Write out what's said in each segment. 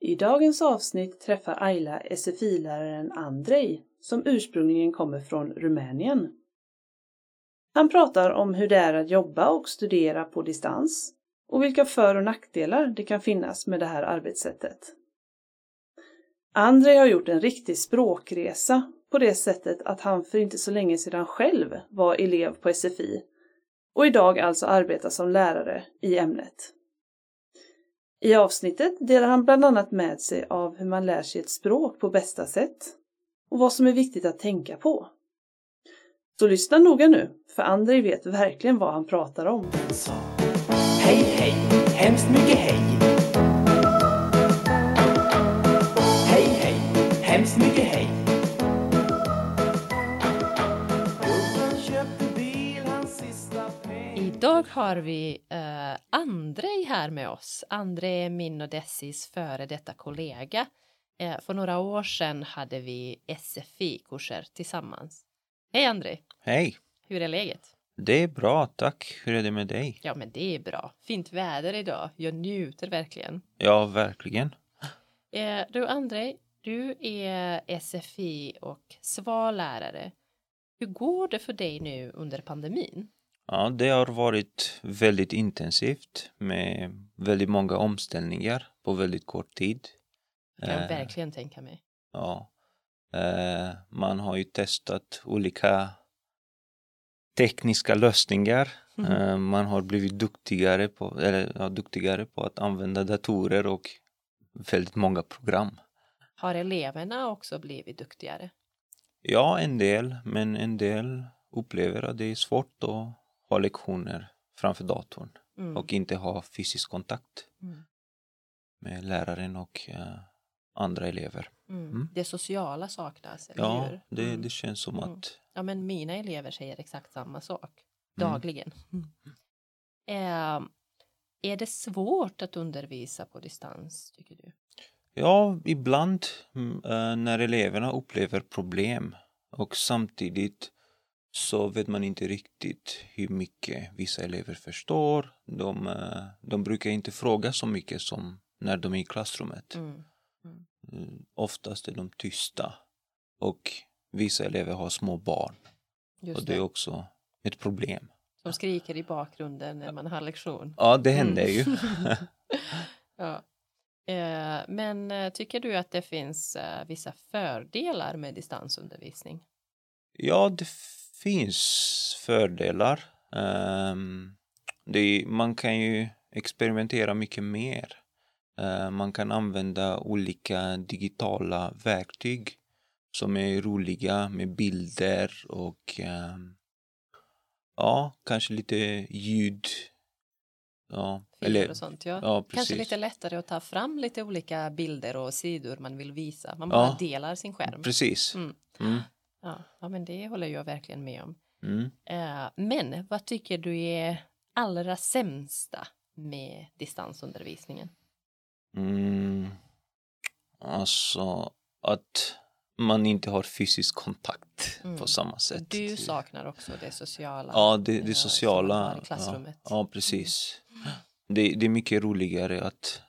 I dagens avsnitt träffar Ayla SFI-läraren Andrei som ursprungligen kommer från Rumänien. Han pratar om hur det är att jobba och studera på distans och vilka för och nackdelar det kan finnas med det här arbetssättet. Andrei har gjort en riktig språkresa på det sättet att han för inte så länge sedan själv var elev på SFI och idag alltså arbetar som lärare i ämnet. I avsnittet delar han bland annat med sig av hur man lär sig ett språk på bästa sätt och vad som är viktigt att tänka på. Så lyssna noga nu, för Andrei vet verkligen vad han pratar om. Så. Hej, hej, hemskt mycket hej. Hej, hej, hemskt mycket hej. Gubben köpte bil, hans sista peng. Idag har vi eh, Andrej här med oss. Andrej är min och Dessis före detta kollega. Eh, för några år sedan hade vi SFI-kurser tillsammans. Hej Andrej, Hej! hur är läget? Det är bra, tack. Hur är det med dig? Ja, men det är bra. Fint väder idag. Jag njuter verkligen. Ja, verkligen. Eh, du Andrej, du är SFI och SVA-lärare. Hur går det för dig nu under pandemin? Ja, det har varit väldigt intensivt med väldigt många omställningar på väldigt kort tid. Kan jag Eh, verkligen tänka mig. Ja. Eh, man har ju testat olika tekniska lösningar. Mhm. Eh, man har blivit duktigare på, eller, ja, duktigare på att använda datorer och väldigt många program. Har eleverna också blivit duktigare? Ja, en del, men en del upplever att det är svårt att ha lektioner framför datorn Mm. och inte ha fysisk kontakt Mm. med läraren och eh, andra elever. Mm. Mm. Det sociala saknas, eller Ja, hur? det, Mm. det känns som Mm. att ja, men mina elever säger exakt samma sak Mm. dagligen. Eh, är det svårt att undervisa på distans, tycker du? Ja, ibland mm, eh, när eleverna upplever problem och samtidigt så vet man inte riktigt hur mycket vissa elever förstår. De, eh, de brukar inte fråga så mycket som när de är i klassrummet. Mm. Mm, Oftast är de tysta och vissa elever har små barn Just och det. det är också ett problem. Som skriker i bakgrunden när man har lektion. Ja, det händer Mm. ju. Ja. Eh, men eh, tycker du att det finns eh, vissa fördelar med distansundervisning? Ja, det finns fördelar. Ehm, det är, man kan ju experimentera mycket mer. Eh, man kan använda olika digitala verktyg som är roliga med bilder och ehm, ja, kanske lite ljud. Ja, Filmer eller, och sånt, ja. ja precis. Kanske lite lättare att ta fram lite olika bilder och sidor man vill visa. Man Ja. bara delar sin skärm. Precis. Mm. Mm. Ja, ja, men det håller jag verkligen med om. Mm. Eh, Men vad tycker du är allra sämsta med distansundervisningen? Mm. Alltså att man inte har fysisk kontakt Mm. på samma sätt. Du saknar också det sociala. Ja, det, eh, det som man har sociala. i klassrummet. Ja, ja precis. Det, det är mycket roligare att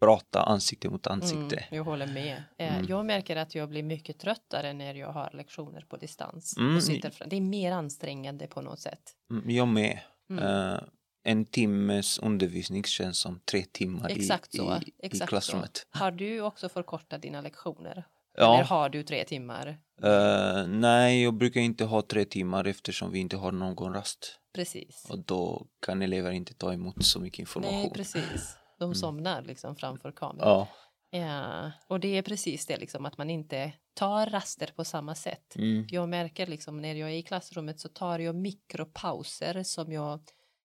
prata ansikte mot ansikte. Mm, jag håller med. Eh, Mm. Jag märker att jag blir mycket tröttare när jag har lektioner på distans. Mm, Och sitter fram. Det är mer ansträngande på något sätt. Mm, Jag med. Mm. Eh, en timmes undervisning känns som tre timmar Exakt i, så. i, Exakt i klassrummet. Så. Har du också förkortat dina lektioner? Eller Ja, har du tre timmar? eh, nej, jag brukar inte ha tre timmar eftersom vi inte har någon rast. Precis. Och då kan elever inte ta emot så mycket information. Mm. Nej, precis. De somnar liksom framför kameran. Ja. Ja, och det är precis det liksom att man inte tar raster på samma sätt. Mm. Jag märker liksom när jag är i klassrummet så tar jag mikropauser som jag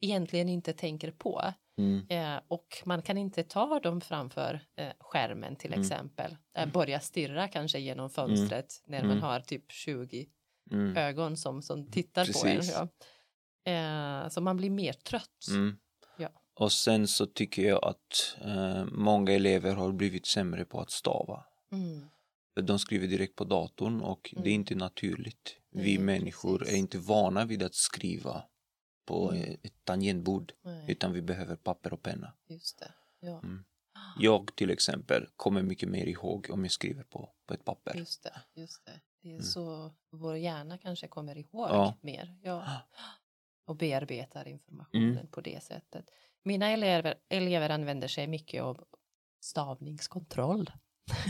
egentligen inte tänker på Mm. Eh, och man kan inte ta dem framför eh, skärmen till Mm. exempel. Eh, börja stirra kanske genom fönstret när man Mm. har typ 20 Mm. ögon som, som tittar Precis. på en. Ja. Eh, så man blir mer trött. Mm. Ja. Och sen så tycker jag att eh, många elever har blivit sämre på att stava. Mm. För De skriver direkt på datorn och det Mm. är inte naturligt. Nej, vi människor precis. är inte vana vid att skriva på Mm. eh, ett tangentbord Nej, utan vi behöver papper och penna. just det. Ja. Mm. Jag till exempel kommer mycket mer ihåg om jag skriver på, på ett papper. Just det, just det. Det är Mm. så vår hjärna kanske kommer ihåg Ja. mer. Ja. Och bearbetar informationen Mm. på det sättet. Mina elever, elever använder sig mycket av stavningskontroll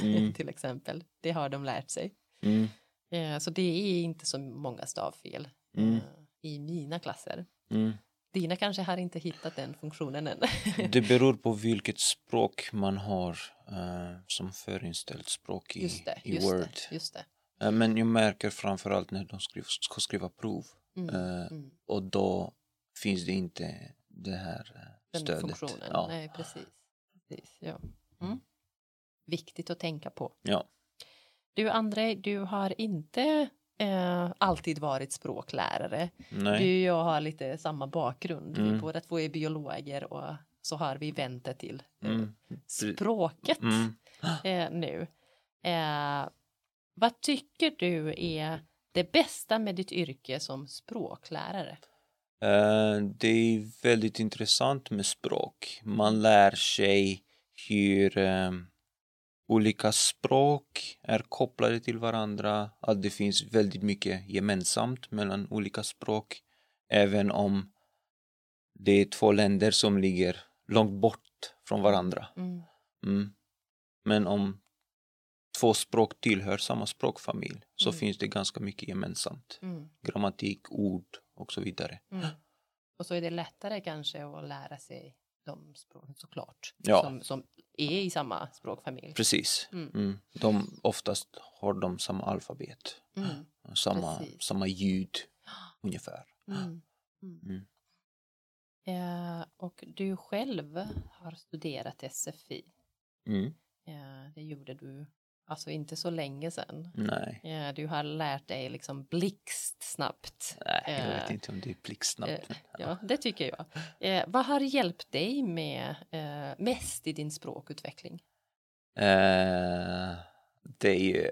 Mm, till exempel. Det har de lärt sig. mm, Eh, Så det är inte så många stavfel Mm. eh, i mina klasser. mm. Dina kanske har inte hittat den funktionen än. Det beror på vilket språk man har eh, som förinställt språk i, just det, i just Word. det, just det. Eh, Men jag märker framförallt när de skriv, ska skriva prov Mm, eh, mm. och då finns det inte det här eh, Den stödet. funktionen, Ja. nej precis. precis ja. mm. Viktigt att tänka på. Ja. Du Andrej, du har inte eh, alltid varit språklärare. Nej. Du och jag har lite samma bakgrund. Vi Mm. båda två är biologer och så har vi vänt det till eh, Mm. språket Mm. eh, nu. Eh, vad tycker du är det bästa med ditt yrke som språklärare? Eh, det är väldigt intressant med språk. Man lär sig hur eh, olika språk är kopplade till varandra, att det finns väldigt mycket gemensamt mellan olika språk, även om det är två länder som ligger långt bort från varandra. Mm. Mm. Men om två språk tillhör samma språkfamilj så Mm. finns det ganska mycket gemensamt. Mm. Grammatik, ord och så vidare. Mm. Och så är det lättare kanske att lära sig de språken såklart. Ja. Som, som är i samma språkfamilj. Precis. Mm. Mm. De, oftast har de samma alfabet, Mm. samma, Precis. samma ljud ungefär. Mm. Mm. Mm. Eh, och du själv har studerat SFI. Mm. Eh, det gjorde du alltså inte så länge sedan. Nej, Eh, du har lärt dig liksom blixtsnabbt. Nej jag Eh, vet inte om det är blixtsnabbt. eh, Ja, det tycker jag. Eh, vad har hjälpt dig med eh, mest i din språkutveckling? Eh, det är ju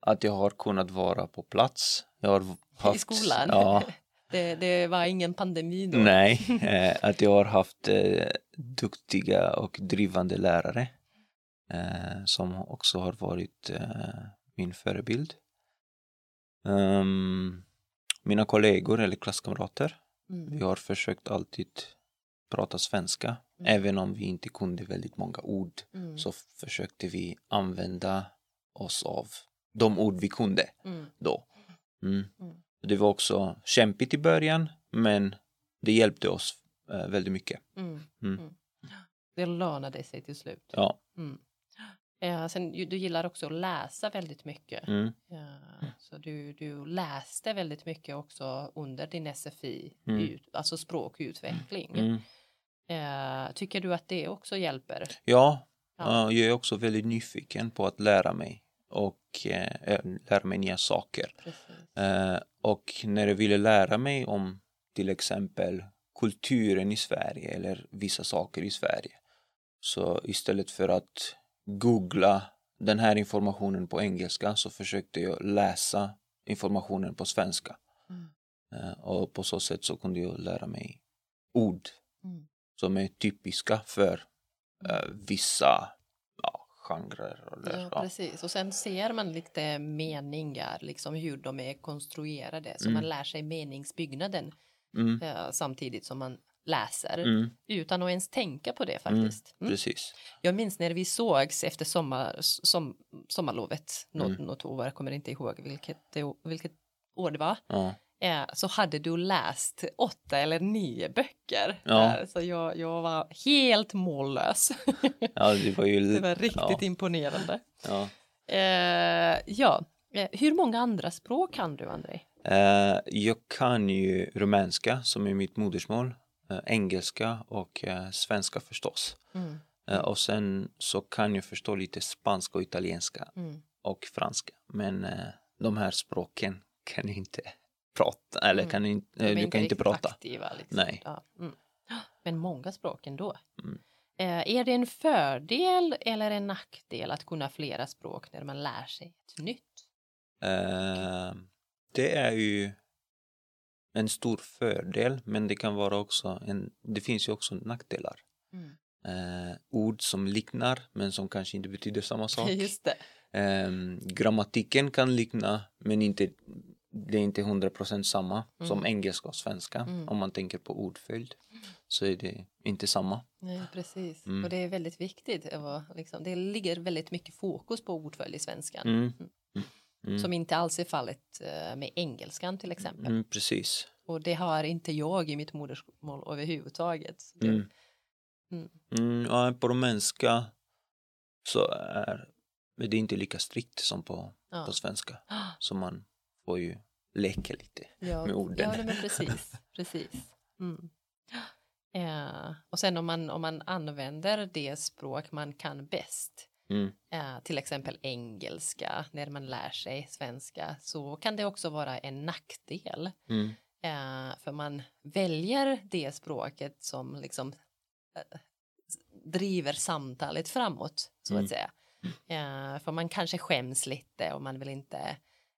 att jag har kunnat vara på plats. Jag har haft, I skolan? Ja, det, det var ingen pandemi då? Nej, eh, att jag har haft eh, duktiga och drivande lärare eh, som också har varit eh, min förebild. Ehm, mina kollegor eller klasskamrater, Mm. vi har försökt alltid prata svenska. Mm. Även om vi inte kunde väldigt många ord Mm. så försökte vi använda oss av de ord vi kunde Mm. då. Mm. Mm. Det var också kämpigt i början men det hjälpte oss eh, väldigt mycket. Mm. Mm. Mm. Det lönade sig till slut. Ja. Mm. Eh, sen, ju- du gillar också att läsa väldigt mycket. Mm. Ja, så du, du läste väldigt mycket också under din SFI, Mm. ut, alltså språkutveckling. Mm. Eh, tycker du att det också hjälper? Ja, Ja. eh, jag är också väldigt nyfiken på att lära mig och eh, eh, lära mig nya saker. Precis. Eh, och när jag ville lära mig om till exempel kulturen i Sverige eller vissa saker i Sverige så istället för att googla den här informationen på engelska så försökte jag läsa informationen på svenska. Mm. Eh, Och på så sätt så kunde jag lära mig ord Mm. som är typiska för eh, vissa ja, genrer. Eller, Ja, precis. Och sen ser man lite meningar, liksom hur de är konstruerade. Så Mm. man lär sig meningsbyggnaden Mm, eh, samtidigt som man läser. mm, Utan att ens tänka på det faktiskt. Mm. precis. Jag minns när vi sågs efter sommar, som, sommarlovet, något, Mm. något år, jag kommer inte ihåg vilket, det- vilket år det var, Ja, eh, så hade du läst åtta eller nio böcker. Ja. Eh, Så jag, jag var helt mållös. ja, det var ju... det var riktigt ja, imponerande. ja. Eh, ja, Eh, hur många andra språk kan du, André? Eh, jag kan ju rumänska som är mitt modersmål, eh, engelska och eh, svenska förstås. Mm, Eh, och sen så kan jag förstå lite spanska och italienska mm, och franska. Men eh, de här språken kan jag inte prata, eller Mm. kan jag inte, De är eh, du kan inte riktigt prata. Aktiva, liksom. Nej. Ja, mm. Men många språk ändå. Mm. Eh, är det en fördel eller en nackdel att kunna flera språk när man lär sig ett nytt? Eh, det är ju en stor fördel men det kan vara också en, det finns ju också nackdelar. Mm. eh, ord som liknar men som kanske inte betyder samma sak. Just det. Ehm, grammatiken kan likna men inte, det är inte 100% samma Mm. som engelska och svenska. Mm. Om man tänker på ordföljd så är det inte samma. Nej, precis. Mm. Och det är väldigt viktigt. att vara, Liksom, det ligger väldigt mycket fokus på ordföljd i svenskan. Mm. Mm. Som inte alls är fallet eh, med engelskan till exempel. Mm, precis. Och det har inte jag i mitt modersmål överhuvudtaget. Så Det, Mm. Mm. Mm, ja, på rumänska så är men det är inte lika strikt som på, ja. på svenska. Så man får ju leka lite. Ja, med orden. Ja, nej, men precis. precis. Mm. Eh, och sen om man, om man använder det språk man kan bäst, Mm. eh, till exempel engelska, när man lär sig svenska, så kan det också vara en nackdel. Mm. Eh, för man väljer det språket som liksom eh, s- driver samtalet framåt, så Mm. att säga. Eh, för man kanske skäms lite och man vill inte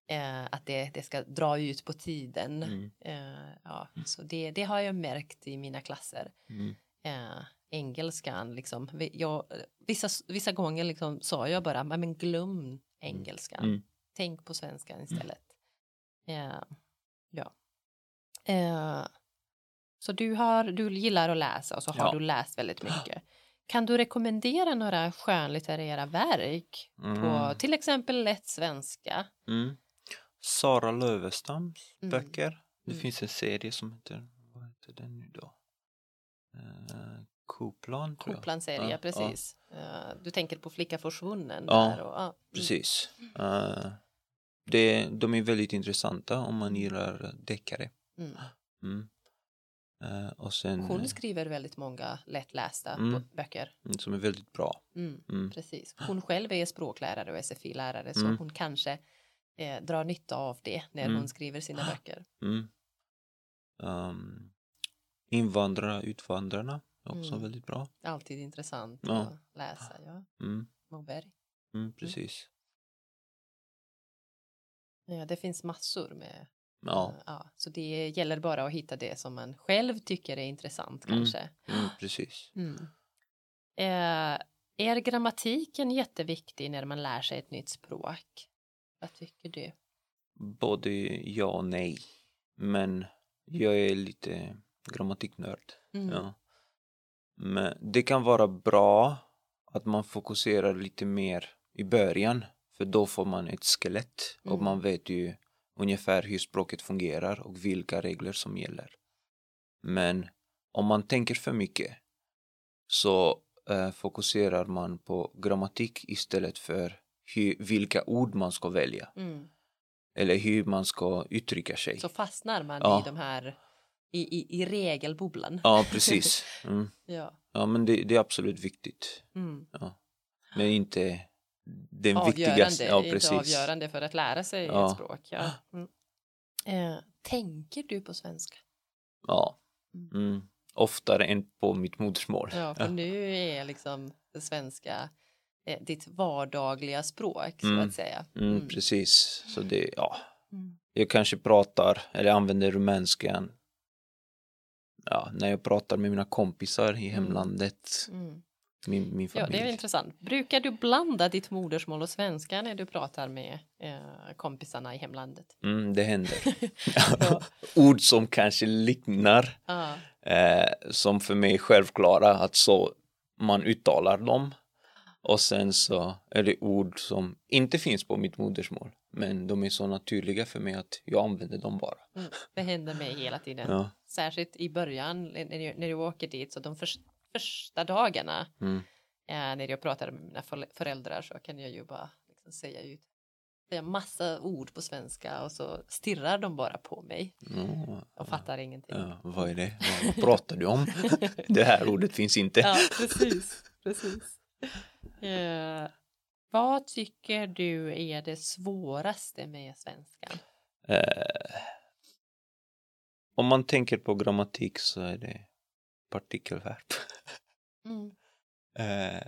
eh, att det, det ska dra ut på tiden. Mm. Eh, ja, så det, det har jag märkt i mina klasser. Mm. Eh, engelskan, liksom, vi- jag, vissa, vissa gånger liksom sa jag bara, "Men- men glöm engelskan, Mm. tänk på svenskan istället. Eh, ja. Eh, så du, har, du gillar att läsa och så har Ja. du läst väldigt mycket. Kan du rekommendera några skönlitterära verk på Mm. till exempel lätt svenska? Mm. Sara Lövestams Mm. böcker. Det Mm. finns en serie som heter, vad heter den nu då? Eh, Koplan tror jag. Koplanserie, Ja, ja. precis. Eh, du tänker på Flicka försvunnen Ja, där. Och, ja, mm. Precis. Eh, det, de är väldigt intressanta om man gillar deckare. Mm. Mm. Eh, och sen Hon skriver väldigt många lättlästa Mm. bo- böcker. eh, som är väldigt bra. Mm, Mm. Precis. Hon själv är språklärare och SFI-lärare så Mm. hon kanske eh, drar nytta av det när Mm. hon skriver sina böcker. Mm. Um, invandrarna, utvandrarna är också Mm. väldigt bra. Alltid intressant Ja. att läsa. Ja. Mm. Moberg. Mm, precis. Ja, det finns massor med. Ja, eh, Ja, så det gäller bara att hitta det som man själv tycker är intressant Mm. kanske. mm, precis. Mm. Eh, är grammatiken jätteviktig när man lär sig ett nytt språk? Vad tycker du? Både ja och nej. Men jag är lite grammatiknörd. Mm. Ja. Men det kan vara bra att man fokuserar lite mer i början. För då får man ett skelett och Mm. man vet ju ungefär hur språket fungerar och vilka regler som gäller. Men om man tänker för mycket så eh, fokuserar man på grammatik istället för hur, vilka ord man ska välja Mm. eller hur man ska uttrycka sig. Så fastnar man Ja. i de här i, i, i regelbubblan. Ja, precis. Mm. Ja. Ja, men det, det är absolut viktigt. Mm. Men inte den Avgörande, viktigaste. Ja, är precis. inte avgörande för att lära sig Ja. ett språk. Ja. Mm. Eh, tänker du på svenska? Ja. Mm. Oftare än på mitt modersmål. Ja, för nu är liksom det svenska eh, ditt vardagliga språk så Mm. att säga. Mm, Mm. Precis. Så det, ja. Mm. Jag kanske pratar eller använder rumänskan ja, när jag pratar med mina kompisar i hemlandet, Mm. min, min Ja, familj. det är intressant. Brukar du blanda ditt modersmål och svenska när du pratar med eh, kompisarna i hemlandet? Mm, det händer. Ja. Ord som kanske liknar, Ja. eh, som för mig är självklara, att så man uttalar dem. Och sen så är det ord som inte finns på mitt modersmål, men de är så naturliga för mig att jag använder dem bara. Mm, det händer mig hela tiden. Ja. Särskilt i början när jag, när jag åker dit. Så de förs- första dagarna Mm. eh, när jag pratade med mina förl- föräldrar så kan jag ju bara liksom säga ut säga massa ord på svenska och så stirrar de bara på mig Ja, och fattar ingenting. ja, vad är det? Vad- Vad pratar du om? Det här ordet finns inte. Ja, precis. precis. Eh, vad tycker du är det svåraste med svenskan? Eh, om man tänker på grammatik så är det partikelverb. Mm. Eh,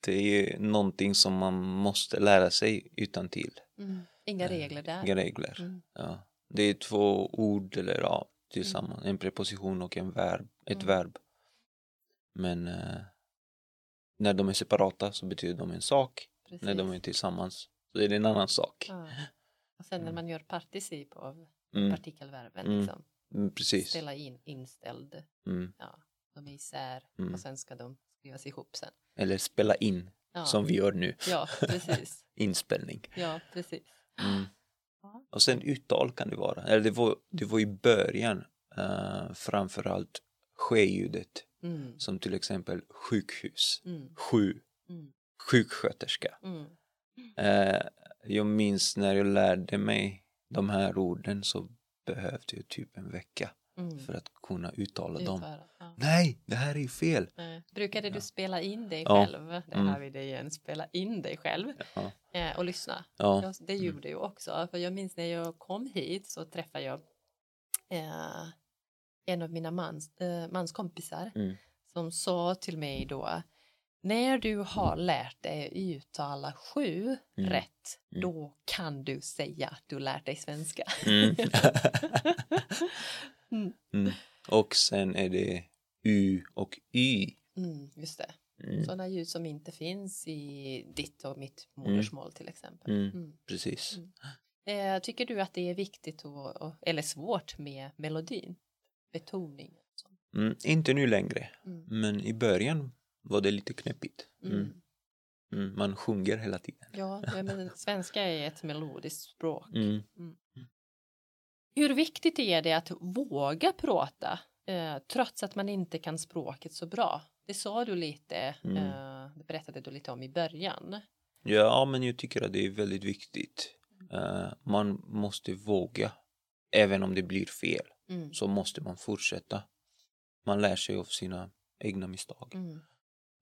det är ju någonting som man måste lära sig utan till. Mm. Inga regler där. Eh, Inga regler. Mm. Ja. Det är två ord eller ja, tillsammans. En preposition och en verb, ett Mm. verb. Men eh, när de är separata så betyder de en sak. Precis. När de är tillsammans så är det en annan sak. Ja. Och sen när Mm. man gör particip av Mm. partikelverben, Mm. liksom, Mm, precis. ställa in, inställd, Mm. de är isär Mm. och sen ska de skrivas ihop sen. Eller spela in, Ja, som vi gör nu. ja precis. Inspelning. Ja, precis. Mm. Ja. Och sen uttal kan det vara. Eller det var, det var i början eh, framförallt ske-ljudet. Mm. Som till exempel sjukhus, Mm. sju, Mm. sjuksköterska. Mm. Eh, jag minns när jag lärde mig de här orden så behövde jag typ en vecka Mm. för att kunna uttala dem. Utföra, ja. Nej, det här är ju fel! Eh, Brukade du Ja. spela in dig Ja. själv? Det Mm. här vill jag igen, spela in dig själv Ja. eh, och lyssna. Ja. Jag, det Mm. gjorde jag också. För jag minns när jag kom hit så träffade jag eh, en av mina mans, eh, mans kompisar Mm. som sa till mig då när du har lärt dig uttala sju Mm. rätt Mm. då kan du säga att du lärt dig svenska. Mm. Mm. mm. Och sen är det U och Y. Mm, just det. Mm. Sådana ljud som inte finns i ditt och mitt modersmål till exempel. Mm. Mm. Precis. Eh, tycker du att det är viktigt och, och, eller svårt med melodin? Betoning? och sånt? Mm, inte nu längre, Mm. men i början var det lite knepigt. Mm. Mm. Mm, man sjunger hela tiden. Ja, ja, men svenska är ett melodiskt språk. Mm. Hur viktigt är det att våga prata eh, trots att man inte kan språket så bra? Det sa du lite, Mm. eh, det berättade du lite om i början. Ja, men jag tycker att det är väldigt viktigt. Eh, man måste våga. Även om det blir fel Mm. så måste man fortsätta. Man lär sig av sina egna misstag. Mm.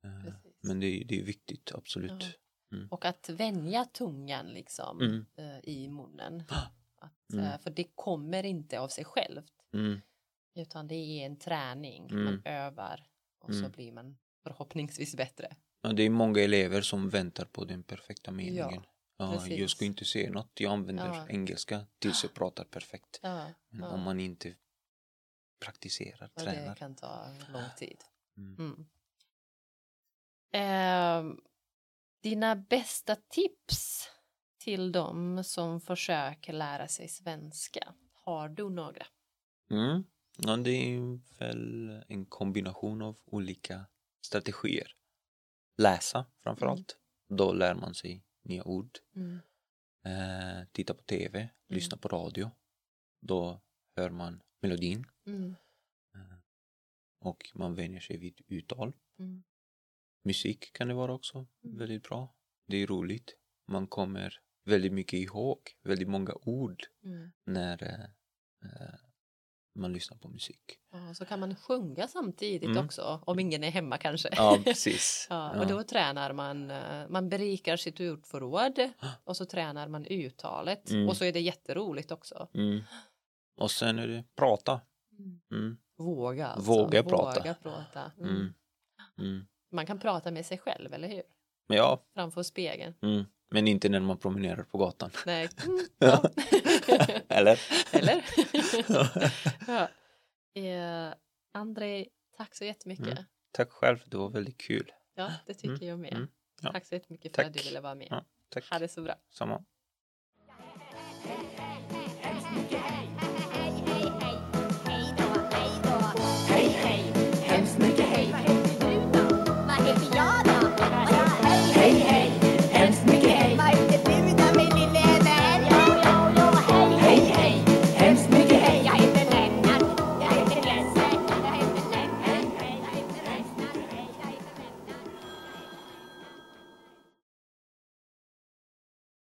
Eh, precis. men det, är- det är viktigt, absolut. Och att vänja tungan liksom Mm. eh, i munnen. Ah. Att, eh, Mm. För det kommer inte av sig självt. Mm. Utan det är en träning. Man Mm. övar och så Mm. blir man förhoppningsvis bättre. Ja, det är många elever som väntar på den perfekta meningen. Ja, precis. jag ska inte säga något, jag använder Ja. engelska tills jag pratar perfekt. Ja, Men ja. om man inte praktiserar, och det tränar. kan ta lång tid. Mm. Mm. Ehm, dina bästa tips till dem som försöker lära sig svenska. Har du några? Mm. Ja, det är väl en kombination av olika strategier. Läsa framför Mm. allt. Då lär man sig nya ord. Eh, titta på tv, Mm. lyssna på radio. Då hör man melodin Mm. och man vänjer sig vid uttal. Mm. Musik kan det vara också väldigt bra. Det är roligt. Man kommer väldigt mycket ihåg väldigt många ord Mm. när eh, eh, man lyssnar på musik. Ja, så kan man sjunga samtidigt Mm. också, om ingen är hemma kanske. Ja, precis. Ja, och då tränar man, eh, man berikar sitt ordförråd och så tränar man uttalet Mm. och så är det jätteroligt också. Mm. Och sen är det prata. Mm. Våga alltså. Våga prata. Våga prata. Mm. Mm. Mm. Man kan prata med sig själv, eller hur? Men ja, Framför spegeln. mm. men inte när man promenerar på gatan. Nej. Mm. Ja. Eller? eller? ja. Eh, André, tack så jättemycket. Mm. Tack själv, det var väldigt kul. Ja, det tycker Mm. jag med. Mm. Ja. Tack så jättemycket för Tack. att du ville vara med. Ja, tack. Ha det så bra. Samma. Hey,